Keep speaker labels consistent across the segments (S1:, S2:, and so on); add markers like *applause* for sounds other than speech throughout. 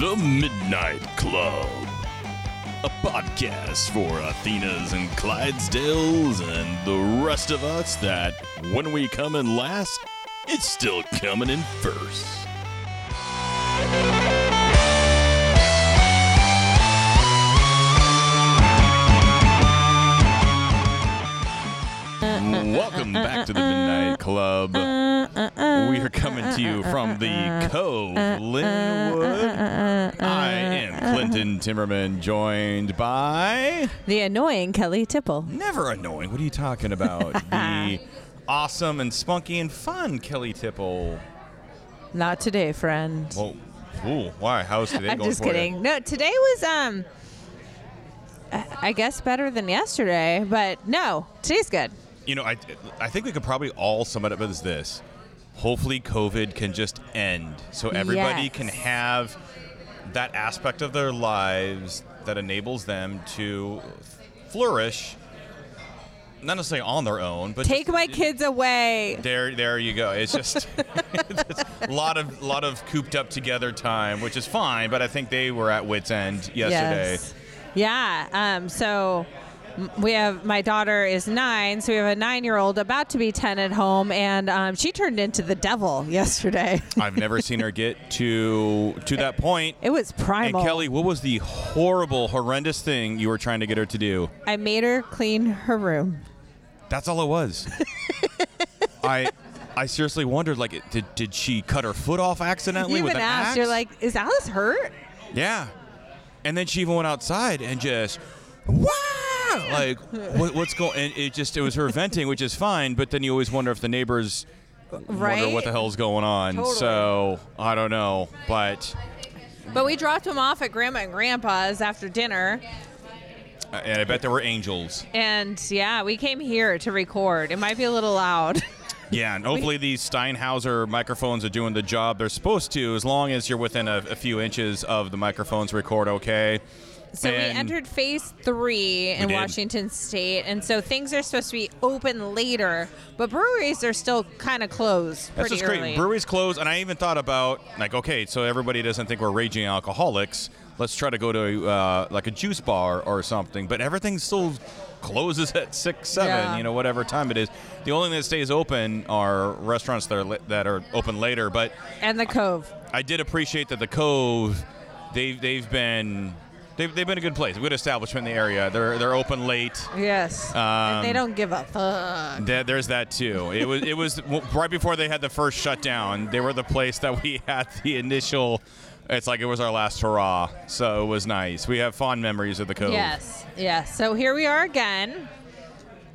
S1: The Midnight Club, a podcast for Athenas and Clydesdales and the rest of us that when we come in last, it's still coming in first. Welcome back to the Midnight Club. We are coming to you from the Cove, Linwood. I am Clinton Timmerman, joined by
S2: The annoying Kelly Tipple.
S1: never annoying. What are you talking
S2: *laughs*
S1: about? the awesome and spunky and fun Kelly Tipple.
S2: Not today, friend.
S1: Whoa, cool. Why? How's today
S2: I'm
S1: going
S2: just
S1: for you?
S2: kidding. No, today was um I I guess better than yesterday, but no, today's good.
S1: You know, I I think we could probably all sum it up as this. Hopefully, COVID can just end, so everybody
S2: Yes.
S1: can have that aspect of their lives that enables them to flourish. Not necessarily on their own, but
S2: Take
S1: just-
S2: my kids away.
S1: There, there you go. It's
S2: *laughs*
S1: just *laughs* it's a lot of lot of cooped up together time, which is fine. But I think they were at wits end yesterday.
S2: Yes. Yeah. Um, so m- we have my daughter is nine, so we have a nine-year-old about to be ten at home, and um, she turned into the devil yesterday. *laughs*
S1: I've never seen her get to to that point.
S2: it was
S1: And
S2: primal.
S1: Kelly, what was the horrible, horrendous thing you were trying to get her to do?
S2: I made her clean her room.
S1: That's all it
S2: *laughs*
S1: was. I I seriously wondered, like, did, did she cut her foot off accidentally
S2: You
S1: with
S2: even
S1: an
S2: asked.
S1: axe?
S2: You're like, is Alice hurt?
S1: yeah. And then she even went outside and just, wow, like, what, what's going? And it just it was her venting, which is fine. But then you always wonder if the neighbors
S2: Right.
S1: wonder what the hell's going on.
S2: Totally.
S1: So I don't know, but
S2: But we dropped him off at Grandma and Grandpa's after dinner,
S1: uh, and I bet there were angels.
S2: and yeah, we came here to record. It might be a little loud. *laughs*
S1: Yeah, and hopefully these Steinhauser microphones are doing the job they're supposed to, as long as you're within a, a few inches of the microphones. Record okay.
S2: So
S1: And-
S2: we entered phase three in
S1: did.
S2: Washington State, and so things are supposed to be open later, but breweries are still kind of closed
S1: That's
S2: pretty
S1: just
S2: early.
S1: great. Breweries closed, and I even thought about like, okay, so everybody doesn't think we're raging alcoholics. Let's try to go to uh, like a juice bar or something. But everything still closes at six, seven,
S2: Yeah.
S1: you know, whatever time it is. The only thing that stays open are restaurants that are li- that are open later. But
S2: and the Cove.
S1: I did appreciate that the Cove, they've they've been they've, they've been a good place, a good establishment in the area. They're they're open late.
S2: Yes. and they
S1: Um,
S2: don't give a fuck.
S1: There- There's that too. It was it was w- right before they had the first shutdown. They were the place that we *laughs* had the initial. It's like it was our last hurrah, so it was nice. We have fond memories of the Cove.
S2: Yes. Yes. So here we are again.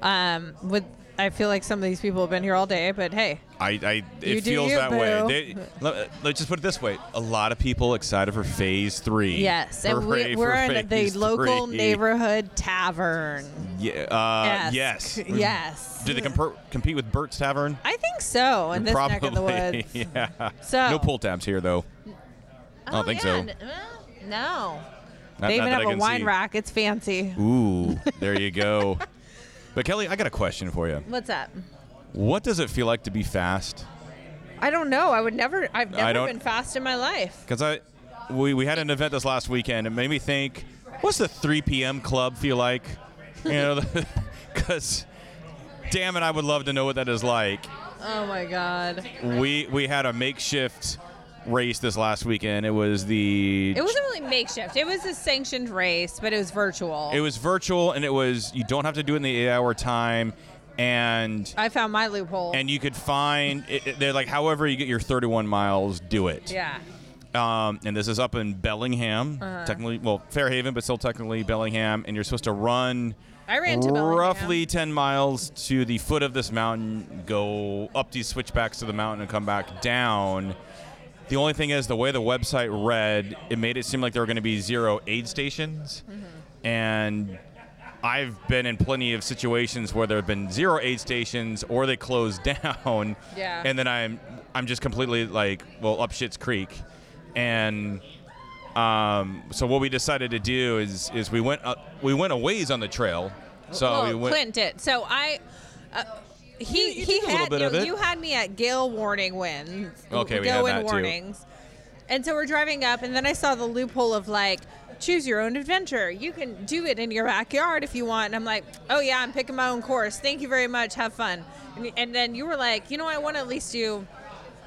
S2: Um, with I feel like some of these people have been here all day, but hey,
S1: I, I it
S2: You do
S1: feels
S2: you,
S1: that way.
S2: boo.
S1: They, let, let's just put it this way: a lot of people excited for Phase Three.
S2: Yes, and
S1: Hooray
S2: we,
S1: for
S2: we're in the
S1: Phase
S2: local
S1: Three. *laughs*
S2: neighborhood tavern.
S1: Yeah, uh, yes.
S2: Yes. Yes.
S1: Do they compar- compete with Burt's Tavern?
S2: I think so in this neck of the
S1: Probably,
S2: woods.
S1: *laughs*
S2: Oh.
S1: yeah.
S2: So- oh,
S1: no pull tabs here though. I don't think so.
S2: No.
S1: Not,
S2: They
S1: not
S2: even
S1: that I
S2: have a
S1: can
S2: wine
S1: see.
S2: rack. It's fancy. *laughs*
S1: Ooh, there you go. but Kelly, I got a question for you.
S2: What's up?
S1: What does it feel like to be fast?
S2: I don't know. I would never. I've
S1: I
S2: never
S1: don't-
S2: been fast in my life.
S1: Because I, we, we had an event this last weekend. It made me think, what's the 3 p.m. club feel like? You know, *laughs* because damn it, I would love to know what that is like.
S2: Oh my god.
S1: We we had a makeshift race this last weekend. It was the
S2: It wasn't really makeshift. It was a sanctioned race, but it was virtual.
S1: It was virtual, and it was you don't have to do it in the eight-hour time, and
S2: I found my loophole.
S1: and you could find it, it- they're like however you get your 31 miles, do it.
S2: yeah.
S1: Um, and this is up in Bellingham,
S2: Uh-huh.
S1: technically, well Fairhaven, but still technically Bellingham, and you're supposed to run.
S2: I ran to Bellingham.
S1: roughly 10 miles to the foot of this mountain, go up these switchbacks to the mountain, and come back down. The only thing is, the way the website read, it made it seem like there were going to be zero aid stations.
S2: Mm-hmm.
S1: And I've been in plenty of situations where there have been zero aid stations or they closed *laughs* down.
S2: Yeah.
S1: And then I'm I'm just completely like, well, up shit's creek. And um, so what we decided to do is is we went up, we went a ways on the trail. So
S2: well,
S1: we Oh, went
S2: Clint did. So I, uh, he
S1: You- you
S2: he
S1: did a
S2: had
S1: little bit
S2: you,
S1: of it.
S2: you had me at Gale warning wins.
S1: Okay, we
S2: Go
S1: had
S2: in
S1: that too.
S2: warnings. And so we're driving up, and then I saw the loophole of like, choose your own adventure. You can do it in your backyard if you want. And I'm like, oh yeah, I'm picking my own course. Thank you very much. Have fun. And, and then you were like, you know, I want to at least do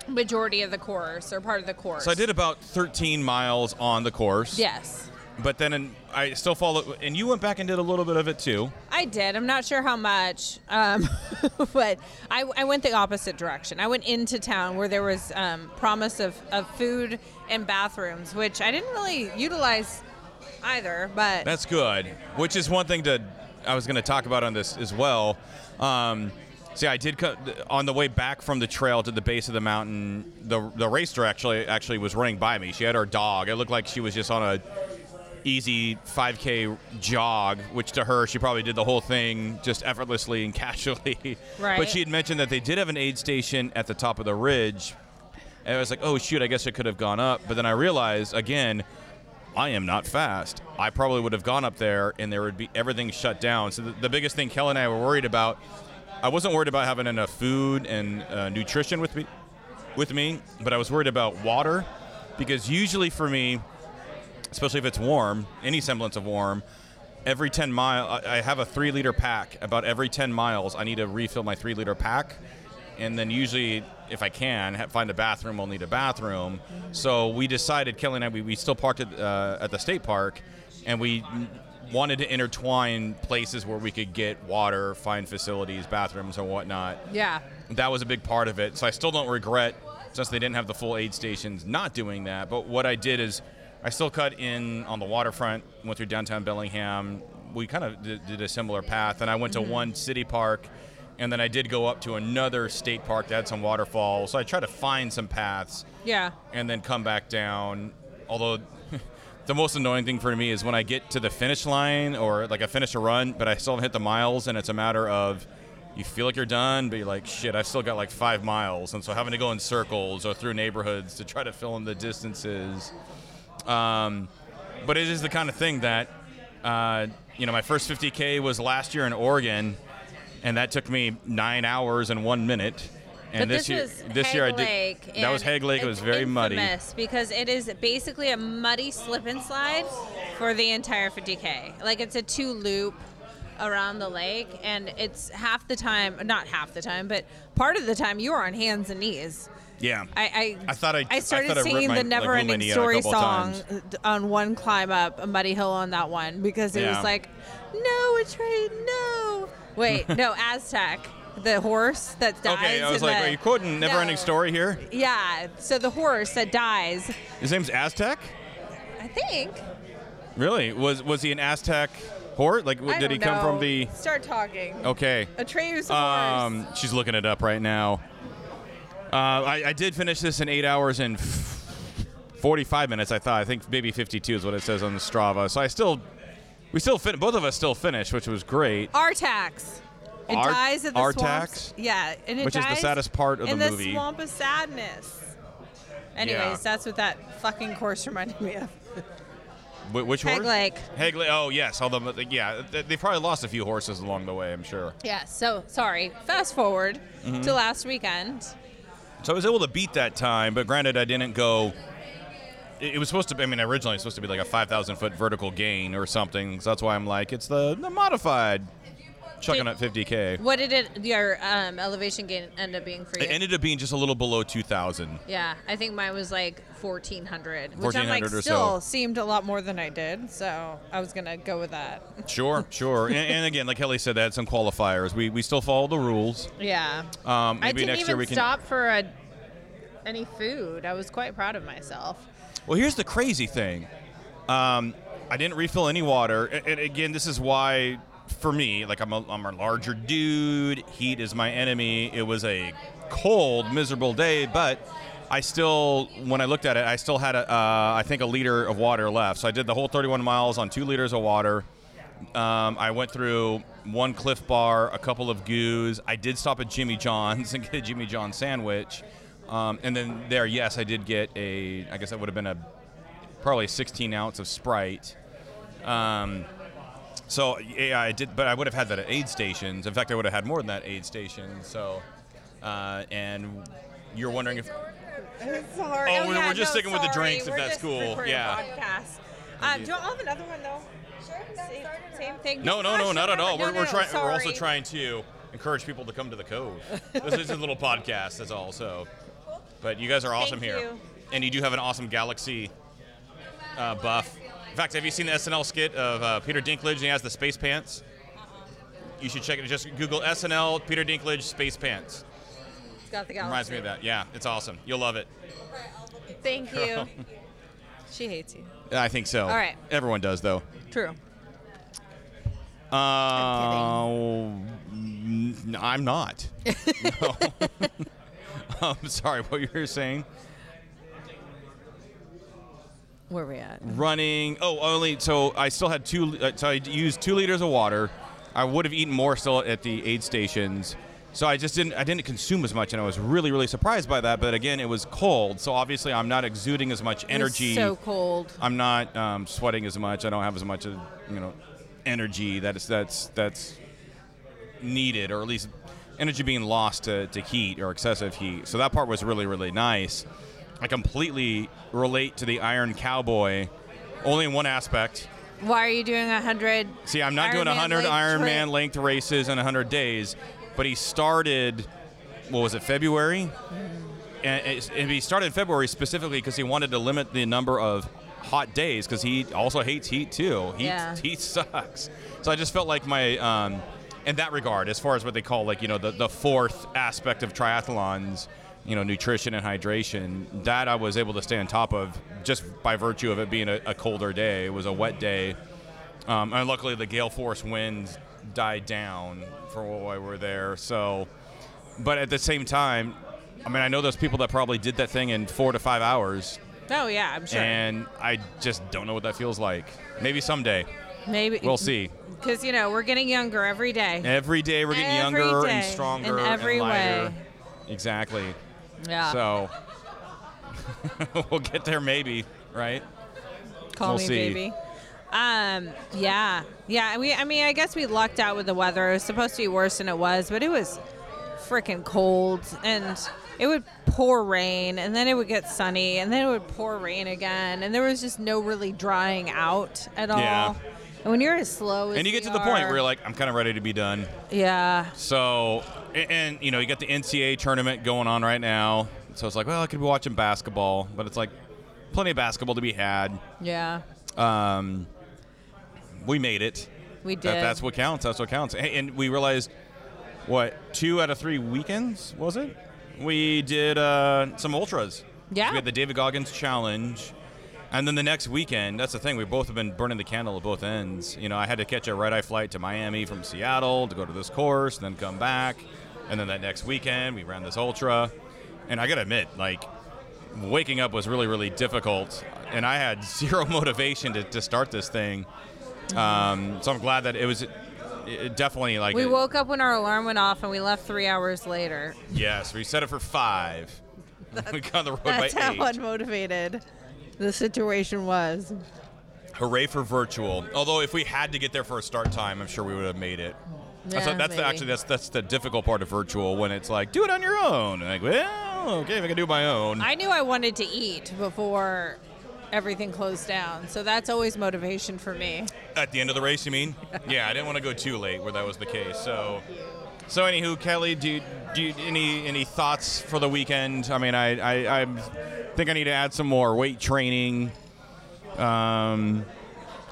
S2: majority of the course or part of the course.
S1: So I did about 13 miles on the course.
S2: Yes.
S1: But then in, I still follow, and you went back and did a little bit of it too.
S2: I did. I'm not sure how much, um, *laughs* but I, I went the opposite direction. I went into town where there was um, promise of, of food and bathrooms, which I didn't really utilize either. But
S1: That's good. Which is one thing to I was going to talk about on this as well. Um, see, I did co- on the way back from the trail to the base of the mountain. The the racer actually actually was running by me. She had her dog. It looked like she was just on a easy 5k jog which to her she probably did the whole thing just effortlessly and *laughs* casually
S2: Right.
S1: but she had mentioned that they did have an aid station at the top of the ridge and i was like oh shoot i guess it could have gone up but then i realized again I am not fast. I probably would have gone up there and there would be everything shut down. So the, the biggest thing Kelly and I were worried about, I wasn't worried about having enough food and uh, nutrition with me, with me, but I was worried about water because usually for me, especially if it's warm, any semblance of warm, every 10 mile, I, I have a three liter pack. About every 10 miles, I need to refill my three liter pack. And then usually, if I can, ha- find a bathroom, I'll need a bathroom. So we decided, Kelly and I, we, we still parked at, uh, at the state park and we wanted to intertwine places where we could get water, find facilities, bathrooms, and whatnot
S2: yeah,
S1: that was a big part of it. So I still don't regret, since they didn't have the full aid stations, not doing that. But what I did is I still cut in on the waterfront, went through downtown Bellingham. We kind of did, did a similar path, and I went to one city park, and then I did go up to another state park that had some waterfalls. So I tried to find some paths
S2: yeah.
S1: and then come back down. Although *laughs* the most annoying thing for me is when I get to the finish line or like I finish a run, but I still haven't hit the miles, and it's a matter of you feel like you're done, but you're like, shit, I've still got like five miles, and so having to go in circles or through neighborhoods to try to fill in the distances. Um, but it is the kind of thing that, uh, you know, my first 50K was last year in Oregon, and that took me nine hours and one minute. And
S2: but this,
S1: year,
S2: was
S1: this
S2: Hague
S1: year I did.
S2: Lake.
S1: That was
S2: and
S1: Hague Lake. It was
S2: it's
S1: very muddy.
S2: infamous because it is basically a muddy slip and slide for the entire 50k. Like it's a two loop around the lake, and it's half the time, not half the time, but part of the time you are on hands and knees.
S1: Yeah.
S2: I, I,
S1: I thought I- I
S2: started
S1: thought I ripped
S2: singing
S1: my,
S2: the
S1: like,
S2: Never Ending
S1: Lumini out a
S2: Story
S1: couple
S2: song
S1: times.
S2: on one climb up, a muddy hill on that one, because it
S1: Yeah.
S2: was like, no, a train, no.
S1: *laughs*
S2: Wait, no, Aztec, the horse that dies.
S1: okay, I was
S2: in
S1: like,
S2: the-
S1: are you quoting Never Ending
S2: No.
S1: Story here?
S2: Yeah, so the horse that dies,
S1: His name's Aztec?
S2: I think.
S1: Really? Was was he an Aztec horde? Like,
S2: I
S1: w- did he
S2: don't
S1: come from
S2: know.
S1: the.
S2: Start talking.
S1: Okay.
S2: Atreus
S1: Um,
S2: horse.
S1: she's looking it up right now. Uh, I, I did finish this in eight hours and f- 45 minutes. I thought. I think maybe 52 is what it says on the Strava. So I still, we still fin- both of us still finished, which was great.
S2: Artax. It
S1: Ar-
S2: dies at the swamps.
S1: Artax?
S2: Yeah, and it
S1: Which is the
S2: dies
S1: saddest part of
S2: in
S1: the
S2: the
S1: movie.
S2: swamp of sadness. Anyways,
S1: Yeah.
S2: that's what that fucking course reminded me of.
S1: Wh- which
S2: Hague
S1: horse?
S2: Lake.
S1: Hague Lake. Oh yes. Although, uh, yeah, th- they probably lost a few horses along the way. I'm sure.
S2: Yeah, so sorry. Fast forward
S1: Mm-hmm.
S2: to last weekend.
S1: So I was able to beat that time, but granted, I didn't go. It it was supposed to be, I mean, originally it was supposed to be like a 5,000 foot vertical gain or something. So that's why I'm like, it's the, the modified chucking
S2: Did-
S1: at 50K.
S2: What did it your um, elevation gain end up being for you?
S1: It ended up being just a little below 2,000.
S2: yeah, I think mine was like 1400, which I'm like
S1: 1400 or so.
S2: still seemed a lot more than I did, so I was going to go with that.
S1: Sure, sure. and, and again, like Kelly said, that's some qualifiers. We, we still follow the rules.
S2: Yeah.
S1: Um, maybe
S2: I didn't
S1: next
S2: even
S1: year we can.
S2: stop for a, any food. I was quite proud of myself.
S1: Well, here's the crazy thing. Um, I didn't refill any water. A- And again, this is why, for me, like I'm a, I'm a larger dude. Heat is my enemy. It was a cold, miserable day, but I still, when I looked at it, I still had, a, uh, I think, a liter of water left. So I did the whole 31 miles on two liters of water. Um, I went through one Cliff Bar, a couple of Goos. I did stop at Jimmy John's *laughs* and get a Jimmy John sandwich. Um, and then there, yes, I did get a. I guess that would have been a probably 16 ounce of Sprite. Um, so yeah, I did, but I would have had that at aid stations. In fact, I would have had more than that aid station. So, uh, and you're wondering if
S2: It's hard.
S1: Oh, we're-
S2: yeah,
S1: we're just
S2: no,
S1: sticking with the
S2: sorry.
S1: drinks if
S2: We're
S1: that's
S2: just
S1: cool.
S2: recording a
S1: Yeah.
S2: Podcast. Um, do you all have another one though? Same, same thing.
S1: No, no,
S2: Gosh,
S1: no, not at
S2: whatever.
S1: all. We're,
S2: No,
S1: we're
S2: no,
S1: trying. We're also
S2: sorry.
S1: trying to encourage people to come to the
S2: *laughs*
S1: Cove. this is a little podcast. That's all. So, but you guys are awesome
S2: Thank
S1: here,
S2: you.
S1: and you do have an awesome Galaxy uh, buff. In fact, have you seen the SNL skit of uh, Peter Dinklage? And he has the space pants. You should check it. Just Google SNL Peter Dinklage space pants.
S2: It's Got the
S1: Reminds me of that. Yeah, it's awesome. You'll love it.
S2: Thank you. she hates you.
S1: *laughs* I think so.
S2: All right.
S1: Everyone does though.
S2: True.
S1: Uh, Um, n- I'm not. No. *laughs* I'm sorry. What you were saying?
S2: Where we at?
S1: running. Oh, only so I still had two. Uh, so I used two liters of water. I would have eaten more still at the aid stations. So I just didn't. I didn't consume as much, and I was really, really surprised by that. But again, it was cold, so obviously I'm not exuding as much energy.
S2: so cold.
S1: I'm not um, sweating as much. I don't have as much, uh, you know, energy that is that's that's needed, or at least energy being lost to, to heat or excessive heat. So that part was really really nice. I completely relate to the Iron Cowboy, only in one aspect.
S2: Why are you doing a hundred?
S1: See, I'm not
S2: Iron
S1: doing
S2: Man
S1: 100
S2: length
S1: Iron
S2: trip?
S1: Man length races in 100 days, but he started, what was it, February? And, it's- and he started February specifically because he wanted to limit the number of hot days because he also hates heat too. Heat,
S2: Yeah.
S1: *laughs* heat sucks. So I just felt like my, um, in that regard, as far as what they call like, you know, the, the fourth aspect of triathlons, you know, nutrition and hydration, that I was able to stay on top of just by virtue of it being a, a colder day. It was a wet day. Um, and luckily, the gale force winds died down for while we were there. So, but at the same time, I mean, I know there's people that probably did that thing in four to five hours,
S2: Oh yeah, I'm sure.
S1: and I just don't know what that feels like. Maybe someday
S2: Maybe
S1: we'll see.
S2: Because you know we're getting younger every day.
S1: Every day we're getting
S2: Every
S1: younger and
S2: day, in
S1: stronger
S2: every
S1: and lighter.
S2: way. Ah.
S1: Exactly.
S2: Yeah.
S1: So *laughs* we'll get there, maybe. Right?
S2: Call
S1: We'll
S2: me
S1: see.
S2: baby. Um. Yeah. Yeah. We. I mean, I guess we lucked out with the weather. It was supposed to be worse than it was, but it was freaking cold, and it would pour rain, and then it would get sunny, and then it would pour rain again, and there was just no really drying out at all.
S1: Yeah.
S2: And when you're as slow as
S1: And you get
S2: we
S1: to the point
S2: are-
S1: where you're like, I'm kind of ready to be done.
S2: yeah,
S1: So, and, and you know, you got the NCAA tournament going on right now. So it's like, well, I could be watching basketball, but it's like plenty of basketball to be had.
S2: yeah,
S1: Um, we made it.
S2: we did.
S1: That, that's what counts. That's what counts. And, and we realized, what, two out of three weekends was it? We did uh, some ultras.
S2: Yeah.
S1: We had the David Goggins Challenge. And then the next weekend, that's the thing. We both have been burning the candle at both ends. You know, I had to catch a red eye flight to Miami from Seattle to go to this course, then come back. And then that next weekend, we ran this ultra. And I got to admit, like, waking up was really, really difficult. And I had *laughs* zero motivation to, to start this thing. Um, so I'm glad that it was it, it definitely like,
S2: we woke up when our alarm went off, and we left three hours later.
S1: yes, we set it for five. *laughs* we got on the road by
S2: That's how
S1: eight.
S2: unmotivated the situation was.
S1: Hooray for virtual! Although if we had to get there for a start time, I'm sure we would have made it. That's,
S2: Yeah,
S1: that's the,
S2: maybe.
S1: actually that's that's the difficult part of virtual when it's like do it on your own. Like well, okay, if I can do my own.
S2: I knew I wanted to eat before everything closed down, so that's always motivation for me.
S1: At the end of the race, you mean? yeah, I didn't want to go too late where that was the case. So, so anywho, Kelly, do you, do you, any any thoughts for the weekend? I mean, I, I I think I need to add some more weight training, um,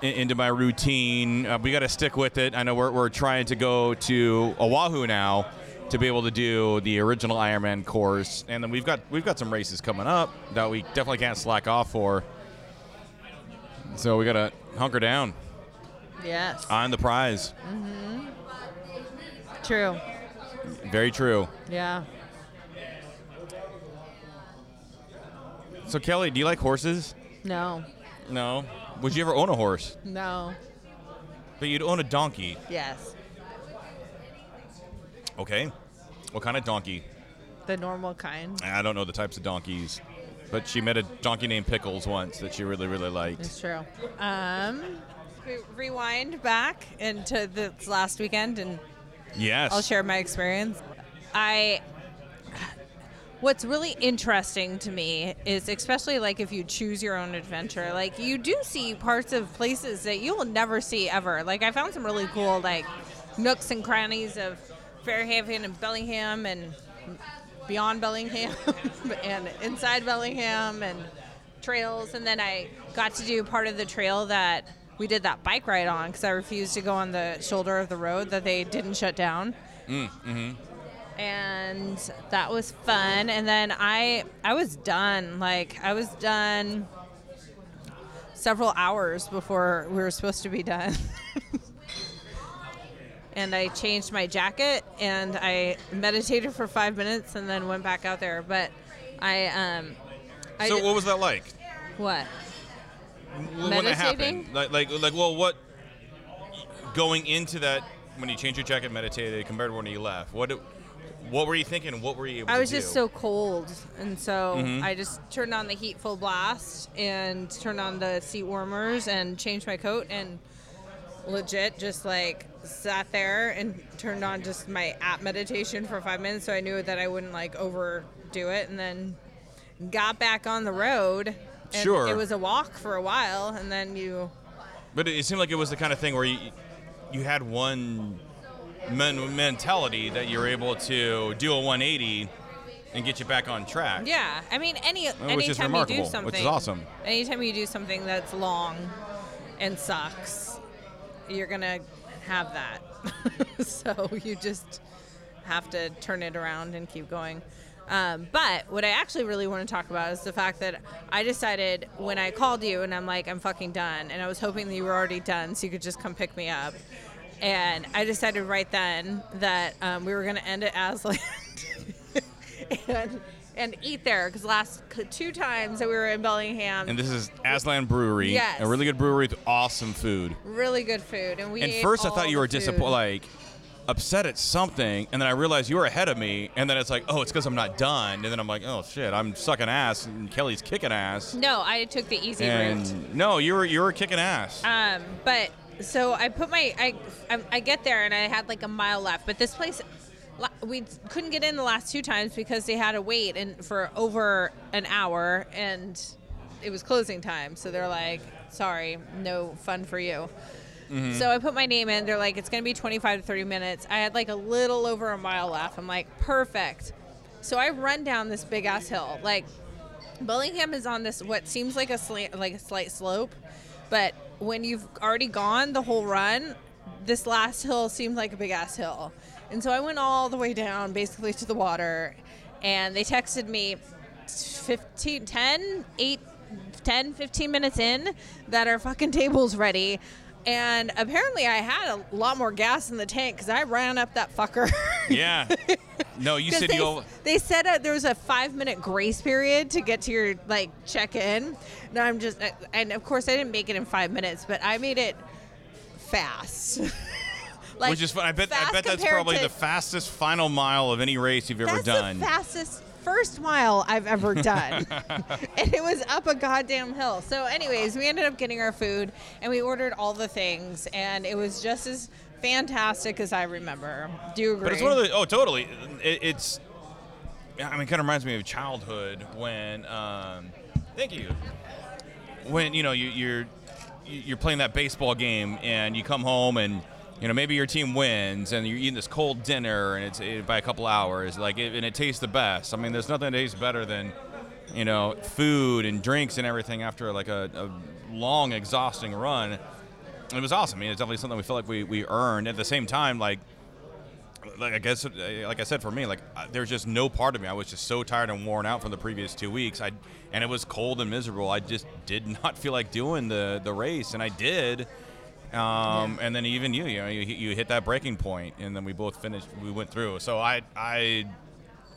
S1: i- into my routine. Uh, we got to stick with it. I know we're we're trying to go to Oahu now to be able to do the original Ironman course, and then we've got we've got some races coming up that we definitely can't slack off for. So we got to hunker down.
S2: Yes,
S1: On the prize.
S2: true.
S1: Very true.
S2: Yeah,
S1: So Kelly, do you like horses?
S2: no,
S1: No. Would you ever own a horse?
S2: no,
S1: But you'd own a donkey.
S2: yes,
S1: Okay. What kind of donkey?
S2: the normal kind.
S1: I don't know the types of donkeys. But she met a donkey named Pickles once that she really, really liked.
S2: It's true. Um, we rewind back into this last weekend and
S1: Yes.
S2: I'll share my experience. I What's really interesting to me is, especially like if you choose your own adventure, like you do see parts of places that you will never see ever. Like I found some really cool like nooks and crannies of Fairhaven and Bellingham and beyond Bellingham *laughs* and inside Bellingham and trails. And then I got to do part of the trail that we did that bike ride on because I refused to go on the shoulder of the road that they didn't shut down and that was fun and then i i was done like i was done several hours before we were supposed to be done *laughs* and i changed my jacket and i meditated for five minutes and then went back out there but i um I
S1: so
S2: did-
S1: what was that like?
S2: what
S1: When that happened?
S2: Meditating?
S1: Like, like, like, well, what going into that when you changed your jacket, meditated compared to when you left? What, do- what were you thinking? What were you? Able
S2: I
S1: to
S2: was just
S1: do? Mm-hmm.
S2: so cold, and so I just turned on the heat full blast and turned on the seat warmers and changed my coat and legit just like sat there and turned on just my app meditation for five minutes so I knew that I wouldn't like overdo it, and then got back on the road. And
S1: Sure.
S2: It was a walk for a while, and then you
S1: But it, it seemed like it was the kind of thing where you, you had one men, mentality that you're able to do a 180 and get you back on track.
S2: Yeah, I mean, any
S1: which is
S2: anytime you
S1: remarkable,
S2: do
S1: which is
S2: something,
S1: awesome.
S2: Anytime you do something that's long and sucks, you're gonna have that. *laughs* so you just have to turn it around and keep going. Um, but what I actually really want to talk about is the fact that I decided when I called you and I'm like, I'm fucking done, and I was hoping that you were already done so you could just come pick me up. And I decided right then that um, we were going to end it as like *laughs* and, and eat there because last c- two times that we were in Bellingham,
S1: And this is Aslan Brewery,
S2: Yes.
S1: a really good brewery with awesome food.
S2: really good food. And we
S1: and
S2: ate
S1: first, I
S2: all
S1: thought you
S2: the
S1: were
S2: food.
S1: disappointed, like upset at something, and then I realized you were ahead of me. And then it's like, oh, it's because I'm not done. And then I'm like, oh shit, I'm sucking ass, and Kelly's kicking ass.
S2: no, I took the easy route.
S1: And no, you were you were kicking ass.
S2: Um, but so I put my I, I I get there and I had like a mile left, but this place la- we couldn't get in the last two times because they had to wait and for over an hour and it was closing time. So they're like, "Sorry, no fun for you." So I put my name in. They're like, "It's going to be 25 to 30 minutes." I had like a little over a mile left. I'm like, "Perfect." So I run down this big ass hill. Like Bellingham is on this what seems like a slant, like a slight slope, but when you've already gone the whole run, this last hill seemed like a big ass hill. And so I went all the way down basically to the water and they texted me 15 10 8 10 15 minutes in that our fucking table's ready. And apparently I had a lot more gas in the tank cuz I ran up that fucker. *laughs*
S1: yeah. No, you
S2: 'Cause
S1: said
S2: they,
S1: you. Over-
S2: they said uh, there was a five minute grace period to get to your like check in. And I'm just, I- and of course I didn't make it in five minutes, but I made it fast. *laughs* like,
S1: Which is fun. I bet I
S2: fast
S1: bet that's
S2: compared
S1: probably
S2: to-
S1: the fastest final mile of any race you've ever
S2: that's
S1: done.
S2: the fastest first mile
S1: *laughs*
S2: I've ever done, and it was up a goddamn hill. So, anyways, we ended up getting our food and we ordered all the things, and it was just as fantastic as I remember. Do you agree?
S1: but it's one of the oh totally. It, it's I mean, kind of reminds me of childhood when. Um, thank you. When you know you, you're you're playing that baseball game and you come home and you know maybe your team wins and you're eating this cold dinner and it's eh, by a couple hours like it, and it tastes the best. I mean, there's nothing that tastes better than you know food and drinks and everything after like a, a long exhausting run. It was awesome. I mean, it's definitely something we feel like we, we earned. At the same time, like like I guess, uh, like I said, for me, like uh, there's just no part of me. I was just so tired and worn out from the previous two weeks. I and it was cold and miserable. I just did *laughs* not feel like doing the the race, and I did. Um, And then even you, you know, you, you hit that breaking point, and then we both finished. We went through. So I I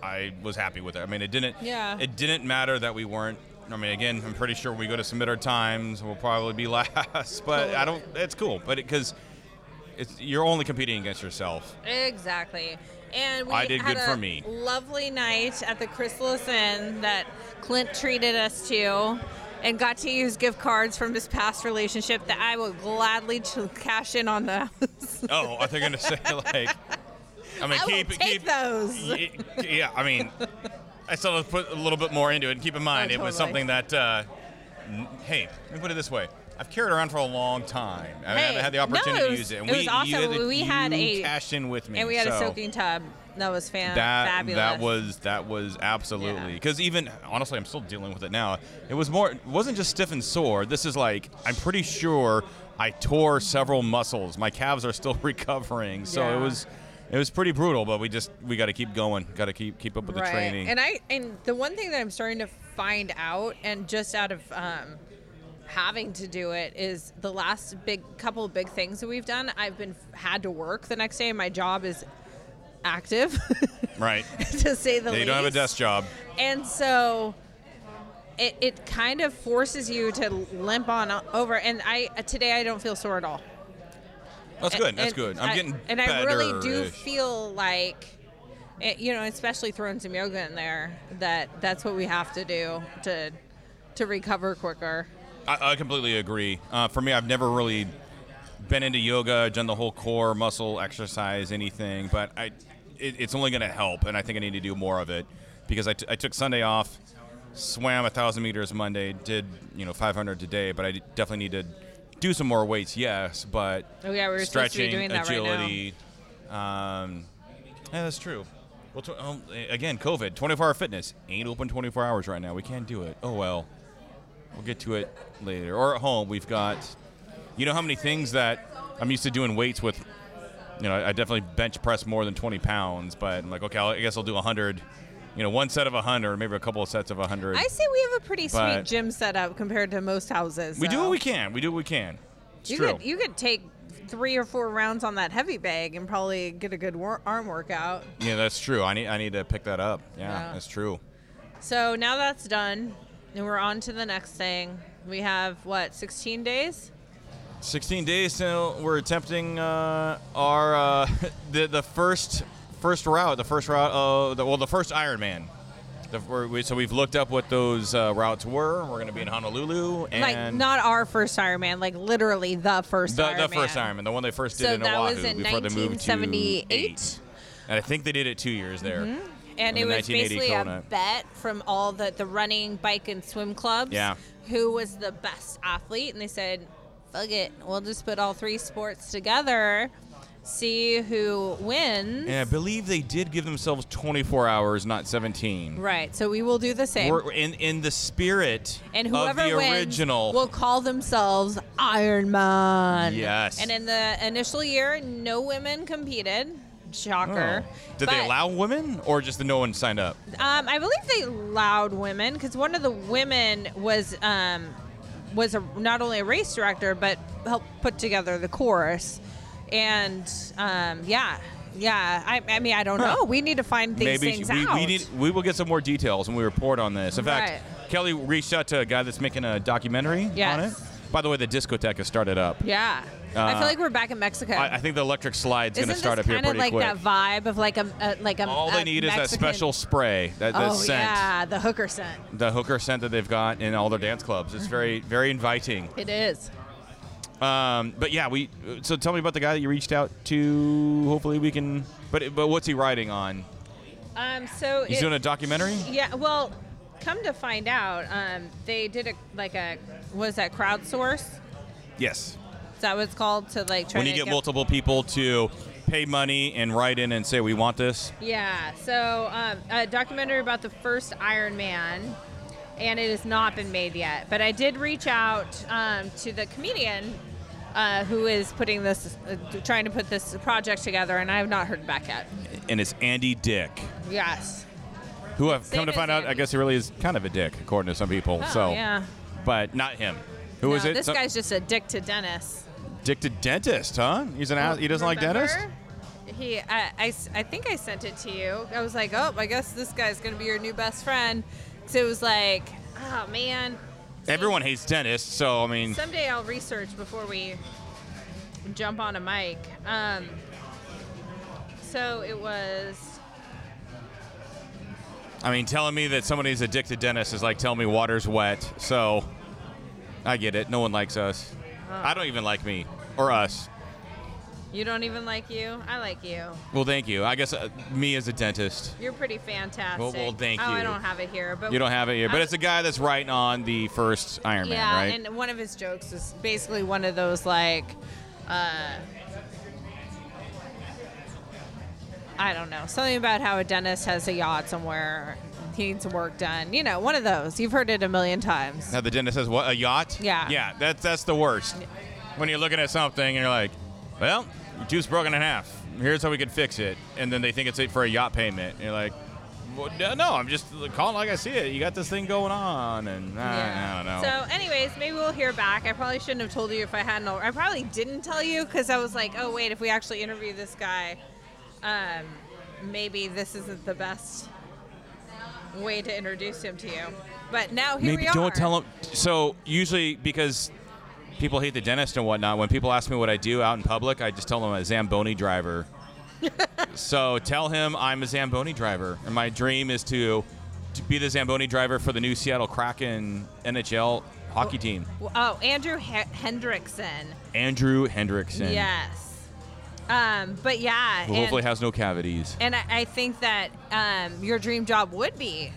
S1: I was happy with it. I mean, it didn't.
S2: Yeah.
S1: It didn't matter that we weren't. I mean, again, I'm pretty sure when we go to submit our times, we'll probably be *laughs* last. But I don't. It's cool. But because it's you're only competing against yourself.
S2: Exactly. And we
S1: I did
S2: had
S1: good
S2: a
S1: for me.
S2: Lovely night at the Chrysalis Inn that Clint treated us to, and got to use gift cards from his past relationship that I will gladly ch- cash in on those.
S1: Oh, I think I'm gonna say like. I mean,
S2: I will
S1: keep
S2: take
S1: keep
S2: those.
S1: y- Yeah, I mean, I still have to put a little bit more into it. And keep in mind,
S2: Oh,
S1: it was
S2: totally.
S1: something that, uh, n- hey, let me put it this way. I've carried around for a long time. I
S2: Hey,
S1: haven't had the
S2: no,
S1: opportunity
S2: it
S1: to
S2: was-
S1: use it. And
S2: it
S1: we,
S2: was awesome.
S1: You, had-
S2: We had
S1: you
S2: a-
S1: cashed in with me.
S2: and we had a
S1: so
S2: soaking tub. That was fan-
S1: That
S2: fabulous.
S1: that was that was absolutely
S2: Yeah.
S1: because even honestly, I'm still dealing with it now. It was more. It wasn't just stiff and sore. This is like I'm pretty sure I tore several muscles. My calves are still *laughs* recovering. So
S2: Yeah.
S1: it was. It was pretty brutal, but we just we got to keep going. Got to keep keep up with the training.
S2: And I and the one thing that I'm starting to find out, and just out of um, having to do it, is the last big couple of big things that we've done. I've been had to work the next day. My job is active, *laughs*
S1: right.
S2: to say the least.
S1: Yeah, you don't have a desk job.
S2: and so it, it kind of forces you to limp on o- over and i today i don't feel sore at all
S1: That's good. That's
S2: And
S1: good. I'm
S2: I-
S1: getting
S2: and i really do
S1: better-ish.
S2: feel like it, you know especially throwing some yoga in there that that's what we have to do to to recover quicker
S1: I, I completely agree. Uh, for me, I've never really been into yoga, done the whole core muscle exercise, anything, but I, it, it's only going to help, and I think I need to do more of it because I, t- I took Sunday off, swam a thousand meters Monday, did you know 500 today, but I d- definitely need to do some more weights. Yes, but
S2: Oh, yeah, we were supposed to be
S1: stretching,
S2: doing that right now.
S1: agility. Um, yeah, that's true. Well, tw- um, again, COVID, 24-hour fitness ain't open 24 hours right now. We can't do it. Oh well. We'll get to it later. Or at home, we've got, you know, how many things that I'm used to doing weights with. You know, I definitely bench press more than 20 pounds, but I'm like, okay, I'll, I guess I'll do 100. You know, one set of 100, maybe a couple of sets of 100.
S2: i say we have a pretty sweet
S1: But-
S2: gym setup compared to most houses
S1: we do
S2: so.
S1: what we can. We do what we can. It's
S2: you
S1: true.
S2: could you could take three or four rounds on that heavy bag and probably get a good wor- arm workout
S1: yeah, that's true. I need I need to pick that up. Yeah,
S2: Yeah.
S1: that's true.
S2: So now that's done, and we're on to the next thing. We have what, 16 days?
S1: 16 days till we're attempting uh, our uh, *laughs* the the first first route, the first route of the, well, the first Ironman. The, we're, we, so we've looked up what those uh, routes were. We're going to be in Honolulu and
S2: like not our first Ironman, like literally the first
S1: the,
S2: Ironman.
S1: the first Ironman, the one they first did
S2: So
S1: in
S2: that
S1: Oahu
S2: was in
S1: before they moved to
S2: 1978.
S1: eight. And I think they did it two years there. in
S2: And
S1: the
S2: it was
S1: 1980
S2: basically a
S1: Kona.
S2: bet from all the, the running, bike, and swim clubs.
S1: Yeah.
S2: Who was the best athlete? And they said, fuck it, we'll just put all three sports together, see who wins.
S1: And I believe they did give themselves 24 hours, not 17.
S2: Right. So we will do the same.
S1: We're, in in the spirit
S2: and whoever
S1: of the
S2: wins
S1: original.
S2: will call themselves Iron Man.
S1: Yes.
S2: And in the initial year, no women competed. Shocker.
S1: Oh. Did they
S2: But,
S1: allow women or just the no one signed up?
S2: Um, I believe they allowed women because one of the women was um, was a, not only a race director but helped put together the course, and um, yeah, yeah. I, I mean, I don't know. We need to find these
S1: Maybe
S2: things
S1: we,
S2: out.
S1: we need we will get some more details when we report on this. In fact,
S2: Right.
S1: Kelly reached out to a guy that's making a documentary on it.
S2: Yes.
S1: By the way, the discotheque has started up.
S2: yeah. I feel
S1: Uh,
S2: like we're back in Mexico.
S1: I, I think the electric slide's going
S2: Isn't
S1: to start
S2: this
S1: up here
S2: kind of
S1: pretty
S2: like
S1: quick.
S2: that vibe of like a, a like a
S1: All
S2: a
S1: they need is that
S2: Mexican-
S1: special spray, that, that
S2: oh
S1: scent,
S2: yeah, the hooker scent.
S1: the hooker scent that they've got in all their dance clubs. It's very
S2: Mm-hmm.
S1: very inviting.
S2: It is.
S1: Um, but yeah, we. So tell me about the guy that you reached out to. Hopefully we can. But but what's he riding on?
S2: Um, so
S1: He's
S2: it-
S1: doing a documentary.
S2: yeah. Well, come to find out, um, they did a like a was that crowdsource? Is
S1: Yes.
S2: that what it's called to like try
S1: when
S2: to
S1: you get multiple people to pay money and write in and say we want this
S2: Yeah. So um, a documentary about the first Iron Man, and it has not been made yet. But I did reach out um, to the comedian uh, who is putting this, uh, trying to put this project together, and I have not heard back yet.
S1: and it's andy dick
S2: Yes.
S1: who i've
S2: Same
S1: come to
S2: as
S1: find out i
S2: Andy.
S1: guess he really is kind of a dick according to some people
S2: Oh,
S1: so
S2: yeah.
S1: but not him Who
S2: no,
S1: is it
S2: This
S1: Some-
S2: guy's just a dick to Dennis.
S1: dick to dentist huh he's an ass Uh, he doesn't like dentists
S2: Remember? He, I, I s- I think I sent it to you. I was like, oh, I guess this guy's gonna be your new best friend. So it was like, oh man.
S1: everyone hates dentists so i mean
S2: Someday I'll research before we jump on a mic. Um, so it was.
S1: i mean telling me that somebody's a dick to dentist is like telling me water's wet so i get it no one likes us i don't even like me or us
S2: You don't even like you. I like you.
S1: Well, thank you. I guess uh, me as a dentist.
S2: You're pretty fantastic.
S1: Well, well, thank
S2: Oh, I
S1: you.
S2: don't have it here, but
S1: You don't have it here, but
S2: I-
S1: it's a guy that's writing on the first Iron Man,
S2: yeah,
S1: right?
S2: and one of his jokes is basically one of those like, uh, I don't know, something about how a dentist has a yacht somewhere, he needs some work done. You know, one of those. You've heard it a million times.
S1: Now the dentist says, "What a yacht!"
S2: Yeah.
S1: yeah. That's that's the worst. When you're looking at something and you're like, "Well, your tooth's broken in half. Here's how we could fix it," and then they think it's it for a yacht payment. And you're like, well, no, "No, I'm just calling like I see it. You got this thing going on," and I- I don't know.
S2: So, anyways, maybe we'll hear back. I probably shouldn't have told you if I hadn't. al- I probably didn't tell you because I was like, oh wait, if we actually interview this guy, um, maybe this isn't the best way to introduce him to you. But now here
S1: Maybe
S2: we are.
S1: don't tell them. So usually because people hate the dentist and whatnot. When people ask me what I do out in public, I just tell them I'm a Zamboni
S2: *laughs*
S1: driver. so tell him I'm a Zamboni driver, and my dream is to, to be the Zamboni driver for the new Seattle Kraken NHL hockey team.
S2: Oh, Andrew He- Hendrickson.
S1: Andrew Hendrickson,
S2: Yes. Um, but yeah,
S1: who
S2: and,
S1: hopefully has no cavities.
S2: and I, I think that um, your dream job would be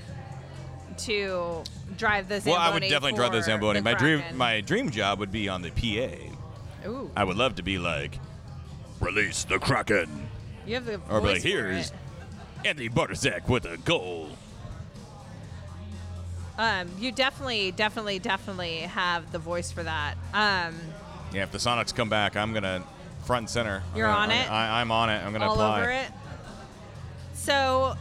S2: to drive the Zamboni.
S1: well, I would definitely drive the
S2: for
S1: Zamboni.
S2: the
S1: my dream,
S2: Kraken.
S1: my dream job would be on the PA.
S2: Ooh,
S1: I would love to be like,
S3: Release the Kraken.
S2: you have the
S1: or be
S2: voice
S1: like,
S2: for
S1: here's
S2: it.
S1: Anthony Bartuzak with a goal.
S2: Um, you definitely, definitely, definitely have the voice for that. Um,
S1: Yeah, if the Sonics come back, I'm gonna front and center. I'm
S2: You're
S1: gonna-
S2: on it?
S1: I, I'm on it. I'm gonna
S2: all
S1: apply.
S2: over it. So,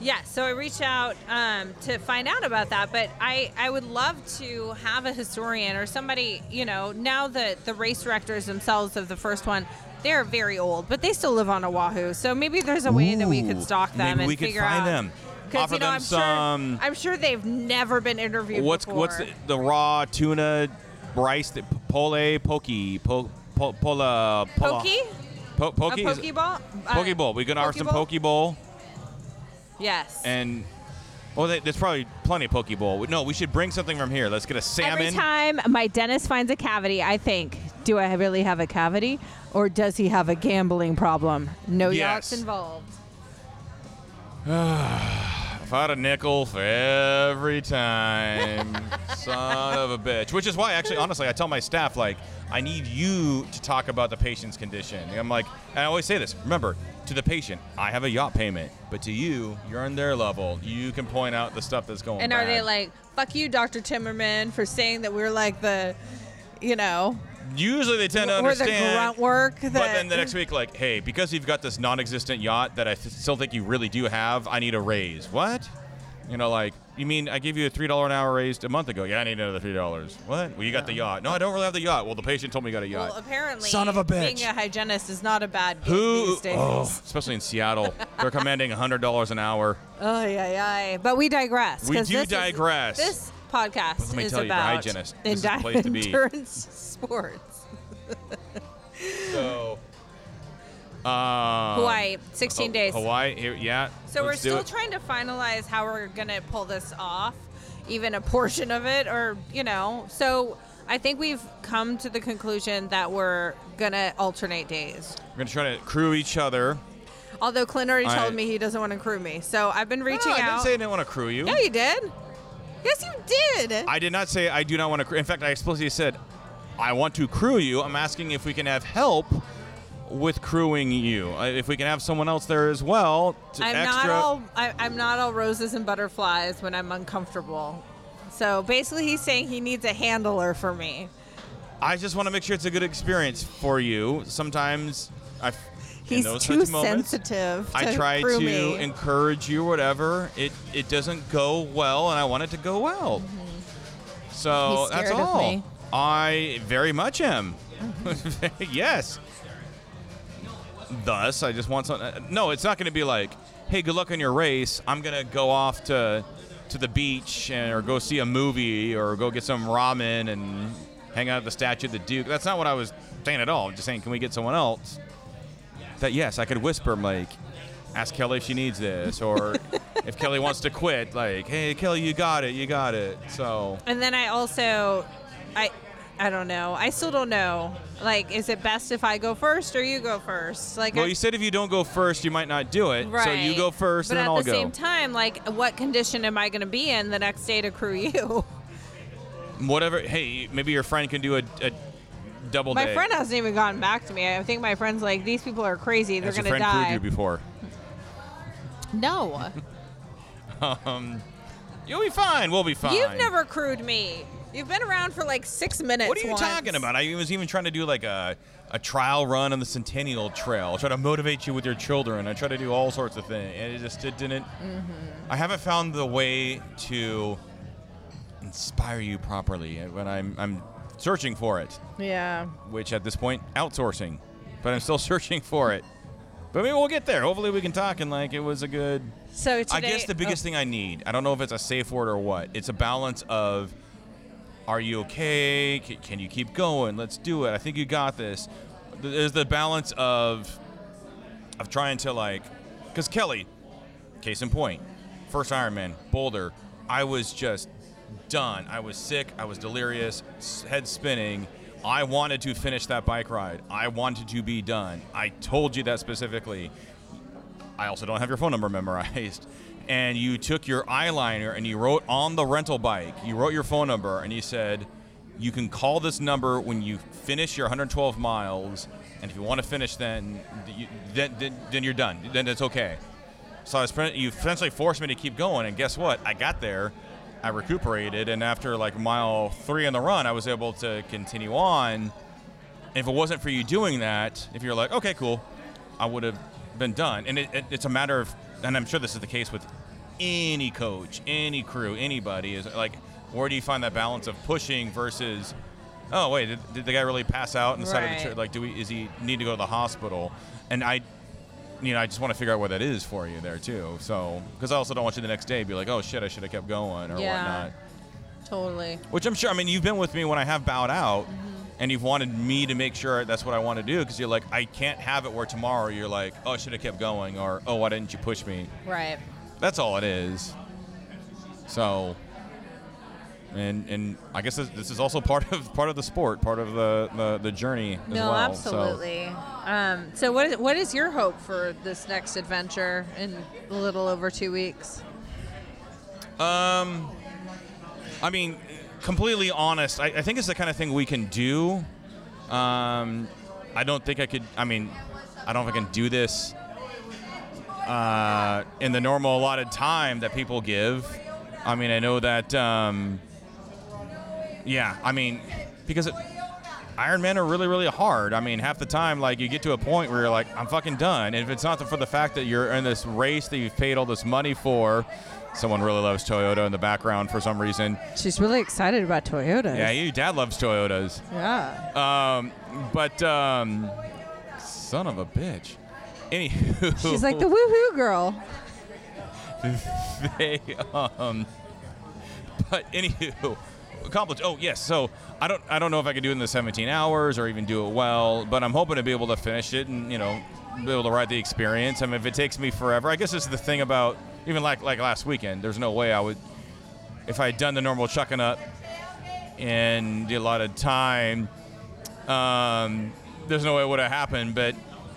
S2: yeah. So I reached out um, to find out about that, but I I would love to have a historian or somebody. You know, now that the race directors themselves of the first one. They're very old, but they still live on Oahu. So maybe there's a way that we could
S1: Ooh,
S2: stalk them
S1: maybe
S2: and
S1: we could
S2: figure
S1: find
S2: out.
S1: them.
S2: 'Cause,
S1: Offer
S2: you know,
S1: them
S2: I'm
S1: some-
S2: Sure, I'm sure they've never been interviewed.
S1: What's
S2: before.
S1: what's the, the raw tuna rice that pole pokey po, po, pola pola
S2: pokey?
S1: po,
S2: A
S1: pokey is-
S2: pokeball? Uh,
S1: pokeball. We can offer some
S2: pokeball?
S1: pokeball
S2: Yes.
S1: and well, they, there's probably plenty of pokeball. No, we should bring something from here. Let's get a salmon.
S2: Every time my dentist finds a cavity, I think, do I really have a cavity or does he have a gambling problem? No yachts
S1: Yes.
S2: involved.
S1: If I had a nickel for every time, son of a bitch. Which is why, actually, honestly, I tell my staff like, I need you to talk about the patient's condition. And I'm like, and I always say this. Remember, to the patient, I have a yacht payment, but to you, you're on their level. You can point out the stuff that's going.
S2: And are they
S1: bad.
S2: like, fuck you, Dr. Timmerman, for saying that we're like the, you know,
S1: Usually, they tend to
S2: we're the
S1: understand.
S2: grunt work that.
S1: But then the next week, like, hey, because you've got this non-existent yacht that I th- still think you really do have, I need a raise. What? You know, like, you mean I gave you a three dollar an hour raise a month ago? Yeah, I need another three dollars. What? Well, you got the yacht. No, I don't really have the yacht. Well, the patient told me you got a yacht.
S2: well, apparently,
S1: Son of a bitch.
S2: being a hygienist is not a bad gig
S1: Who?
S2: these days.
S1: oh, especially in Seattle, they're commanding hundred dollars an hour.
S2: Oh, yeah, yeah. But we digress.
S1: We
S2: 'cause
S1: do
S2: this is-
S1: digress.
S2: this podcast
S1: let me
S2: is
S1: tell you, the
S2: about
S1: hygienist, this is the place to be.
S2: endurance sports.
S1: *laughs* So, uh,
S2: Hawaii, 16 days.
S1: Hawaii. Here, yeah.
S2: So
S1: let's
S2: we're still
S1: do it.
S2: trying to finalize how we're gonna pull this off, even a portion of it, or you know. So I think we've come to the conclusion that we're gonna alternate days.
S1: We're gonna try to crew each other.
S2: Although Clint already
S1: I-
S2: told me he doesn't want to crew me, so I've been reaching
S1: No, I didn't
S2: out.
S1: say I didn't want to crew you.
S2: yeah, you did. Yes, you did.
S1: I did not say I do not want to. Crew. In fact, I explicitly said I want to crew you. I'm asking if we can have help with crewing you. Uh, If we can have someone else there as well. To
S2: I'm
S1: extra.
S2: not all I, I'm not all roses and butterflies when I'm uncomfortable. So basically, he's saying he needs a handler for me.
S1: I just want to make sure it's a good experience for you. Sometimes I. f- in
S2: He's
S1: those
S2: too
S1: such moments,
S2: sensitive. To
S1: I try
S2: crew
S1: to
S2: me.
S1: encourage you or whatever. It it doesn't go well, and I want it to go well. So
S2: He's
S1: that's
S2: scared of
S1: all.
S2: me.
S1: I very much am. *laughs* yes. Thus, I just want some. uh, No, it's not going to be like, "Hey, good luck on your race." I'm going to go off to to the beach and, or go see a movie or go get some ramen and hang out at the statue of the Duke. That's not what I was saying at all. I'm just saying, can we get someone else? that yes, I could whisper I'm like, ask Kelly if she needs this,
S2: *laughs*
S1: or if Kelly wants to quit, like, hey Kelly, you got it, you got it. So
S2: And then I also, I I don't know. I still don't know. Like, is it best if I go first or you go first? Like,
S1: Well,
S2: I-
S1: you said if you don't go first, you might not do it.
S2: right.
S1: So you go first,
S2: but
S1: and then
S2: at
S1: I'll
S2: the
S1: go.
S2: same time, like, what condition am I going to be in the next day to crew *laughs* you?
S1: Whatever. Hey, maybe your friend can do a, a double
S2: My
S1: day.
S2: friend hasn't even gotten back to me. I think my friend's like, these people are crazy. They're
S1: Has your
S2: going to
S1: friend
S2: die.
S1: crewed you before? *laughs*
S2: no,
S1: You'll be fine. We'll be fine.
S2: you've never crewed me. You've been around for like six minutes.
S1: What are you
S2: once.
S1: talking about? I was even trying to do like a, a trial run on the Centennial Trail. Try to motivate you with your children. I try to do all sorts of things, and it just it didn't.
S2: Mm-hmm.
S1: I haven't found the way to inspire you properly, but I'm I'm searching for it,
S2: Yeah.
S1: which at this point outsourcing, but I'm still *laughs* searching for it. But maybe we'll get there. Hopefully, we can talk and like it was a good.
S2: So today, Oh,
S1: I guess the biggest thing I need, I don't know if it's a safe word or what, it's a balance of are you okay? C- Can you keep going? Let's do it. I think you got this. There's the balance of of trying to like cuz Kelly, case in point, first Ironman, Boulder, I was just done. I was sick, I was delirious, s- head spinning. I wanted to finish that bike ride. I wanted to be done. I told you that specifically. I also don't have your phone number memorized. And you took your eyeliner and you wrote on the rental bike, you wrote your phone number and you said, you can call this number when you finish your 112 miles. And if you want to finish, then, you- then, then, then you're done. Then it's okay. So I was, pre- you essentially forced me to keep going. And guess what? I got there, I recuperated. And after like mile three on the run, I was able to continue on. And if it wasn't for you doing that, if you're like, okay, cool, I would have been done. And it, it, it's a matter of, and I'm sure this is the case with any coach, any crew, anybody is like, where do you find that balance of pushing versus, oh wait, did, did the guy really pass out on the side of the
S2: Right.
S1: chair? Like, do we is he need to go to the hospital? And I, you know, I just want to figure out what that is for you there too. So, because I also don't want you the next day to be like, oh shit, I should have kept going or
S2: Yeah.
S1: whatnot.
S2: totally.
S1: Which I'm sure. I mean, you've been with me when I have bowed out,
S2: Mm-hmm.
S1: and you've wanted me to make sure that's what I want to do because you're like, I can't have it where tomorrow you're like, oh, I should have kept going, or oh, why didn't you push me?
S2: Right.
S1: That's all it is. So, and and I guess this, this is also part of part of the sport, part of the the, the journey as
S2: No,
S1: well. So-
S2: absolutely. Um, so, what is, what is your hope for this next adventure in a little over two weeks?
S1: Um, I mean, completely honest. I, I think it's the kind of thing we can do. Um, I don't think I could. I mean, I don't know if I can do this uh, in the normal allotted time that people give. I mean, I know that. Um, yeah, I mean, because it, Iron Men are really, really hard. I mean, half the time, like, you get to a point where you're like, I'm fucking done. And if it's not for the fact that you're in this race that you've paid all this money for, someone really loves Toyota in the background for some reason.
S2: She's really excited about Toyota.
S1: Yeah, your dad loves Toyotas.
S2: yeah.
S1: Um, but, um, son of a bitch. Anywho.
S2: She's like the woohoo girl.
S1: *laughs* they um *laughs* but anywho accomplished oh yes so i don't i don't know if i could do it in the 17 hours or even do it well but i'm hoping to be able to finish it and you know be able to ride the experience i mean if it takes me forever i guess this is the thing about even like like last weekend there's no way i would if i had done the normal chucking up and a lot of time um there's no way it would have happened but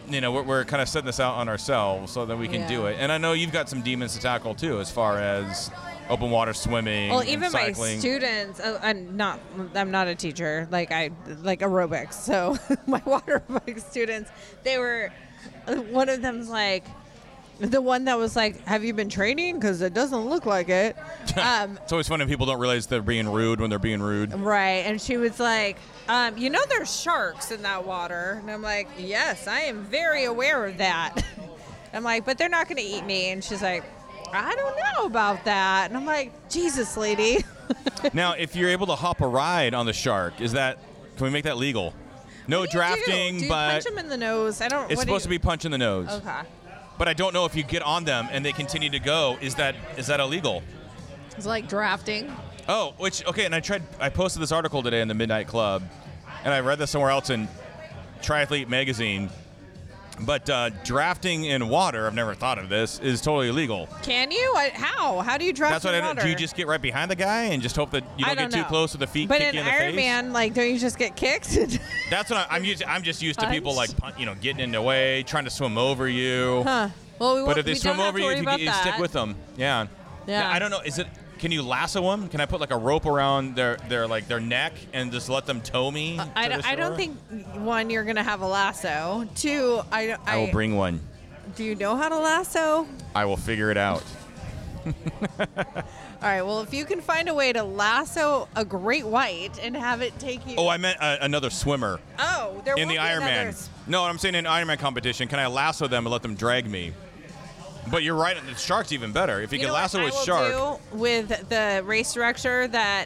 S1: you know we're, we're kind of setting this out on ourselves so that we can
S2: Yeah.
S1: do it and I know you've got some demons to tackle too, as far as open water swimming,
S2: Well,
S1: and
S2: even my
S1: cycling. *laughs*
S2: students. Oh, I'm not. I'm not a teacher. Like I like aerobics. So *laughs* my water aerobics students, they were. One of them's like, the one that was like, "Have you been training? Because it doesn't look like it."
S1: *laughs*
S2: um,
S1: It's always funny when people don't realize they're being rude when they're being rude.
S2: *laughs* Right. And she was like, um, you know, there's sharks in that water. And I'm like, yes, I am very aware of that. *laughs* I'm like, but they're not going to eat me. And she's like, I don't know about that. And I'm like, Jesus, lady. *laughs*
S1: now, if you're able to hop a ride on the shark, is that can we make that legal? No
S2: What do you do?
S1: drafting,
S2: Do you
S1: but
S2: punch them in the nose. I don't.
S1: it's
S2: what do
S1: supposed to
S2: you-
S1: be punch in the nose.
S2: Okay.
S1: But I don't know if you get on them and they continue to go. Is that is that illegal?
S2: It's like drafting.
S1: Oh, which okay, and I tried. I posted this article today in the Midnight Club, and I read this somewhere else in Triathlete magazine. But uh, drafting in water, I've never thought of this, is totally illegal.
S2: Can you? I, how? How do you drop
S1: That's what
S2: in
S1: I don't.
S2: water?
S1: Do you just get right behind the guy and just hope that you
S2: I
S1: don't,
S2: don't
S1: get too
S2: know.
S1: close to the feet
S2: But
S1: kick you in the
S2: Iron
S1: face?
S2: Man, like, don't you just get kicked? *laughs*
S1: That's what I, I'm used. I'm just used to people
S2: Punch?
S1: like pun- you know getting in the way, trying to swim over you.
S2: huh. Well, we
S1: But
S2: won't-
S1: if they
S2: we
S1: swim
S2: don't have
S1: over
S2: to
S1: you,
S2: worry
S1: if you,
S2: about
S1: get- you stick
S2: that.
S1: with them. Yeah.
S2: Yeah.
S1: I don't know. Is it? Can you lasso them? Can I put like a rope around their their like their neck and just let them tow me?
S2: I
S1: to
S2: don't,
S1: the
S2: I don't
S1: shore?
S2: think one you're gonna have a lasso. Two, I don't.
S1: I will bring one.
S2: Do you know how to lasso?
S1: I will figure it out.
S2: All right. Well, if you can find a way to lasso a great white and have it take you.
S1: Oh, I meant uh, another swimmer
S2: Oh, there
S1: in
S2: won't
S1: the
S2: be
S1: Iron Man.
S2: another-
S1: No, I'm saying in Iron Man competition, can I lasso them and let them drag me? But you're right. The shark's even better. If you,
S2: know
S1: can
S2: what
S1: lasso
S2: I
S1: a
S2: will
S1: shark,
S2: do with the race director that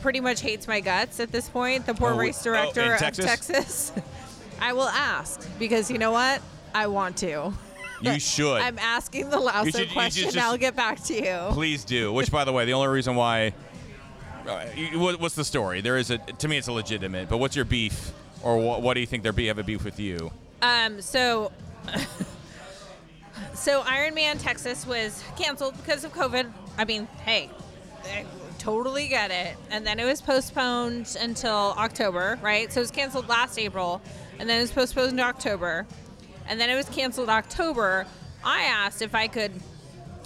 S2: pretty much hates my guts at this point, the poor
S1: Oh,
S2: race
S1: oh, in
S2: director of
S1: Texas?
S2: Texas, *laughs* I will ask because you know what? I want to.
S1: you should.
S2: I'm asking the lasso
S1: should- you should
S2: question.
S1: just-
S2: I'll get back to you.
S1: Please do. Which, by the way, the only reason why. Uh, you- what- what's the story? There is a. To me, it's illegitimate. But what's your beef, or what, what do you think their beef have a beef with you?
S2: Um, so, *laughs* so Iron Man Texas was canceled because of COVID. I mean, hey, I totally get it. And then it was postponed until October, right? So it was canceled last April, and then it was postponed to October, and then it was canceled October. I asked if I could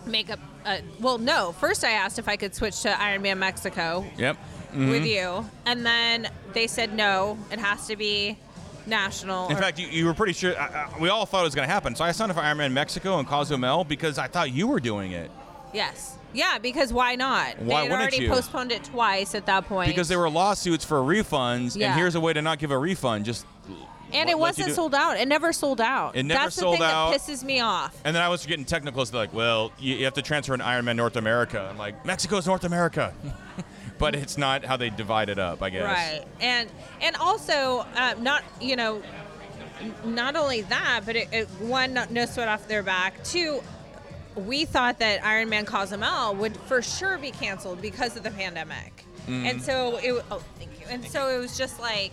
S2: make up. A, well, no. First, I asked if I could switch to Iron Man Mexico,
S1: Yep.
S2: with you, and then they said no. It has to be national.
S1: In
S2: or-
S1: fact, you, you were pretty sure. I, I, we all thought it was going to happen. So I signed up for Ironman Mexico and Cozumel because I thought you were doing it.
S2: yes, yeah, because why not?
S1: Why
S2: they had
S1: wouldn't
S2: already
S1: you?
S2: postponed it twice at that point.
S1: Because there were lawsuits for refunds,
S2: Yeah.
S1: and here's a way to not give a refund. Just
S2: and
S1: let- let
S2: it
S1: you
S2: wasn't
S1: do
S2: sold out. It never sold out.
S1: It never
S2: That's
S1: sold
S2: the thing
S1: out.
S2: that pisses me off.
S1: And then I was getting technical. So they're like, well, you, you have to transfer an Ironman North America. I'm like, Mexico's North America. *laughs* but it's not how they divide it up, I guess.
S2: Right, and and also uh, not you know, n- not only that, but it, it, one no- no sweat off their back. Two, we thought that Iron Man Cozumel would for sure be canceled because of the pandemic,
S1: Mm.
S2: and so it. Oh, thank you. And so it was just like,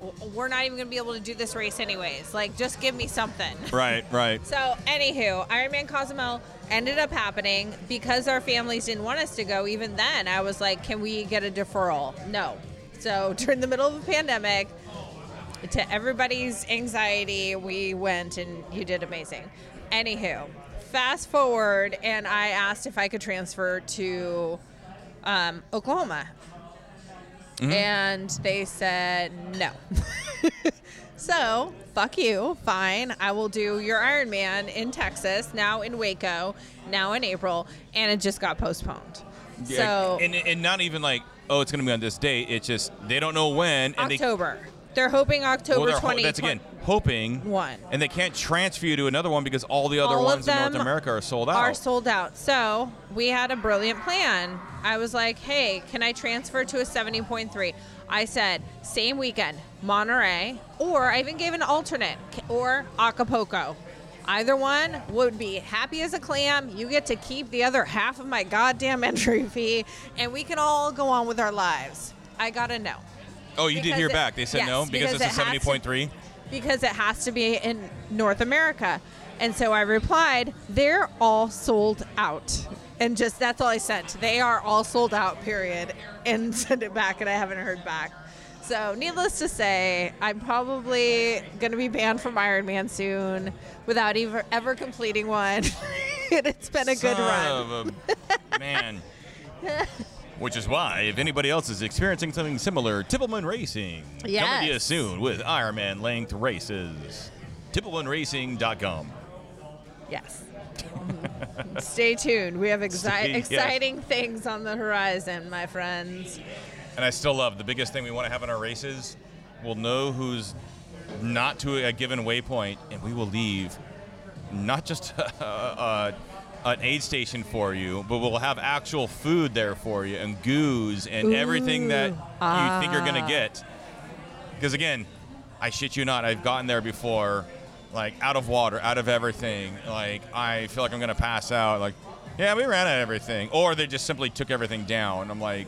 S2: w- we're not even going to be able to do this race anyways. Like, just give me something.
S1: Right, right.
S2: So, anywho, Iron Man Cozumel ended up happening because our families didn't want us to go. Even then, I was like, can we get a deferral? No. So, *laughs* during the middle of the pandemic, to everybody's anxiety, we went and you did amazing. Anywho, fast forward, and I asked if I could transfer to um, Oklahoma.
S1: Mm-hmm.
S2: And they said no. *laughs* So, fuck you. Fine. I will do your Iron Man in Texas, now in Waco, now in April, and it just got postponed.
S1: Yeah,
S2: so,
S1: and, and not even like oh it's going to be on this date it's just they don't know when and
S2: October. They, are hoping
S1: they well,
S2: October
S1: they're ho-
S2: 20.
S1: that's again hoping
S2: One.
S1: and they can't transfer you to another one because all the other
S2: All of
S1: ones in North
S2: them
S1: America are sold out
S2: Are sold out. So, we had a brilliant plan. I was like, hey, can I transfer to a 70.3? I said, same weekend, Monterey, or I even gave an alternate, c- or Acapulco. Either one would be happy as a clam. You get to keep the other half of my goddamn *laughs* entry fee, and we can all go on with our lives. I gotta know.
S1: oh you did
S2: because
S1: hear
S2: it-
S1: back they said
S2: yes,
S1: no because,
S2: because it
S1: it's a
S2: has to-
S1: 70.3
S2: because it has to be in North America. And so I replied, they're all sold out. And just that's all I sent. They are all sold out, period. And *laughs* sent it back, and I haven't heard back. So, needless to say, I'm probably going to be banned from Iron Man soon without ever, ever completing one. *laughs* and it's been a good run.
S1: Son of a- um,
S2: *laughs*
S1: man which is why if anybody else is experiencing something similar Tippelman Racing coming to you
S2: Yes.
S1: soon with Ironman length races tippelmanracing.com *laughs*
S2: Yes. Stay tuned. We have exci-
S1: Stay- yes.
S2: exciting things on the horizon, my friends.
S1: And I still love the biggest thing we want to have in our races. We'll know who's not to a given waypoint, and we will leave not just *laughs* a, a, an aid station for you, but we'll have actual food there for you and goos and everything that you think you're going to get. Because again, I shit you not, I've gotten there before, like out of water, out of everything. Like I feel like I'm gonna pass out. Like, yeah, we ran out of everything, or they just simply took everything down. I'm like,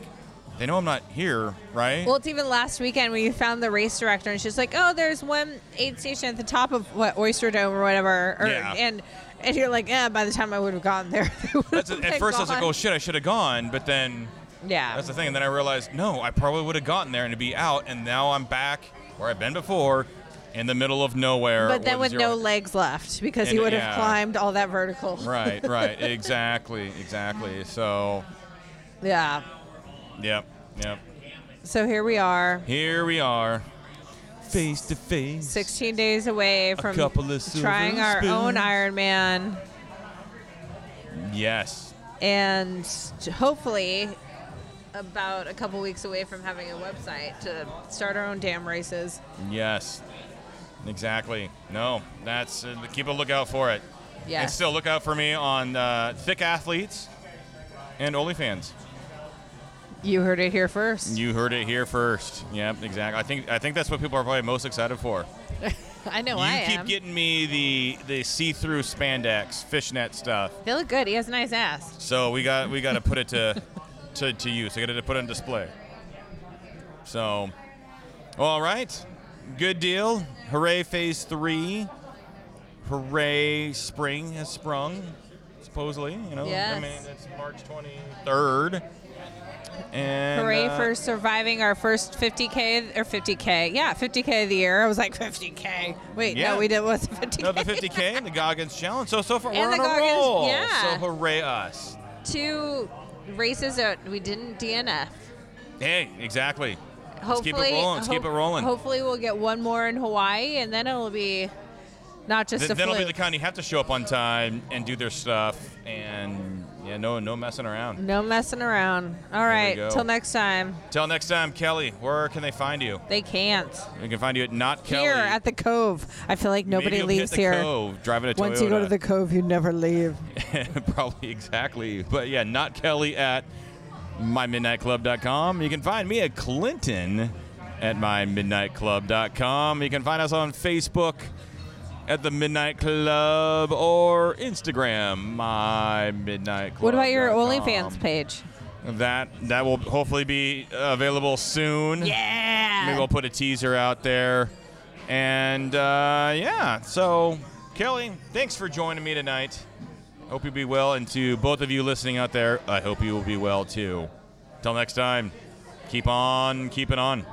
S1: they know I'm not here, right?
S2: Well, it's even last weekend when you found the race director, and she's like, "Oh, there's one aid station at the top of what Oyster Dome or whatever." Or,
S1: Yeah.
S2: And and you're like, "Yeah." By the time I would have gone there, *laughs* they would
S1: That's
S2: have
S1: at
S2: been
S1: first I was like,
S2: gone."
S1: oh shit, I should have gone, but then
S2: yeah.
S1: that's the thing, and then I realized no, I probably would have gotten there and to be out, and now I'm back where I've been before, in the middle of nowhere.
S2: but then with no
S1: zero-
S2: legs left because he
S1: And,
S2: would have
S1: yeah.
S2: climbed all that vertical.
S1: *laughs* Right, right, exactly, exactly. So,
S2: Yeah.
S1: yep, yep.
S2: So here we are,
S1: Here we are, face to face.
S2: 16 days away from
S1: couple of silver
S2: trying our own
S1: spoons.
S2: Iron Man,
S1: Yes,
S2: and hopefully about a couple weeks away from having a website to start our own damn races.
S1: yes, exactly. No, that's uh, keep a lookout for it.
S2: Yeah.
S1: And still look out for me on uh, Thick Athletes and OnlyFans.
S2: You heard it here first.
S1: You heard it here first. Yep, exactly. I think I think that's what people are probably most excited for.
S2: I know
S1: you
S2: I
S1: keep
S2: am.
S1: getting me the the see-through spandex fishnet stuff.
S2: they look good. He has a nice ass.
S1: So we got we got to put it to *laughs* to to use. I got to put it on display. So, all right, good deal. Hooray, phase three. Hooray, spring has sprung. Supposedly, you know. I
S2: Yes.
S1: mean, it's March twenty third. And
S2: Hooray
S1: uh,
S2: for *laughs* surviving our first 50k or 50k. Yeah, 50k of the year. I was like 50k. Wait,
S1: Yeah.
S2: no, we did was 50k.
S1: Another 50K and the Goggins Challenge. So, so far,
S2: And
S1: we're on
S2: the
S1: a
S2: Goggins-
S1: roll.
S2: yeah.
S1: So, hooray us.
S2: Two races that we didn't DNF.
S1: Hey, exactly. Let's
S2: Hopefully,
S1: keep it rolling. Let's keep it
S2: hope-
S1: rolling.
S2: Hopefully, we'll get one more in Hawaii, and then it'll be not just
S1: Th-
S2: a
S1: then it'll be the
S2: fluke.
S1: kind you have to show up on time and do their stuff and yeah, no, no messing around.
S2: no messing around. All
S1: we
S2: right,
S1: go.
S2: till next time.
S1: Till next time, Kelly. Where can they find you?
S2: They can't.
S1: They can find you at not Kelly.
S2: Here at the Cove. I feel like
S1: Maybe
S2: nobody
S1: you'll be at
S2: leaves
S1: the
S2: here.
S1: Cove, driving a Toyota.
S2: Once
S1: *laughs*
S2: you go to the Cove, you never leave.
S1: probably exactly, but yeah, not Kelly at mymidnightclub.com. You can find me at Clinton at mymidnightclub.com. You can find us on Facebook at the Midnight Club or Instagram, my Midnight Club.
S2: What about your
S1: um,
S2: OnlyFans page?
S1: That that will hopefully be available soon.
S2: Yeah.
S1: Maybe we'll put a teaser out there. And uh, yeah, so Kelly, thanks for joining me tonight. Hope you be well. And to both of you listening out there, I hope you will be well too. Till next time, keep on keeping on.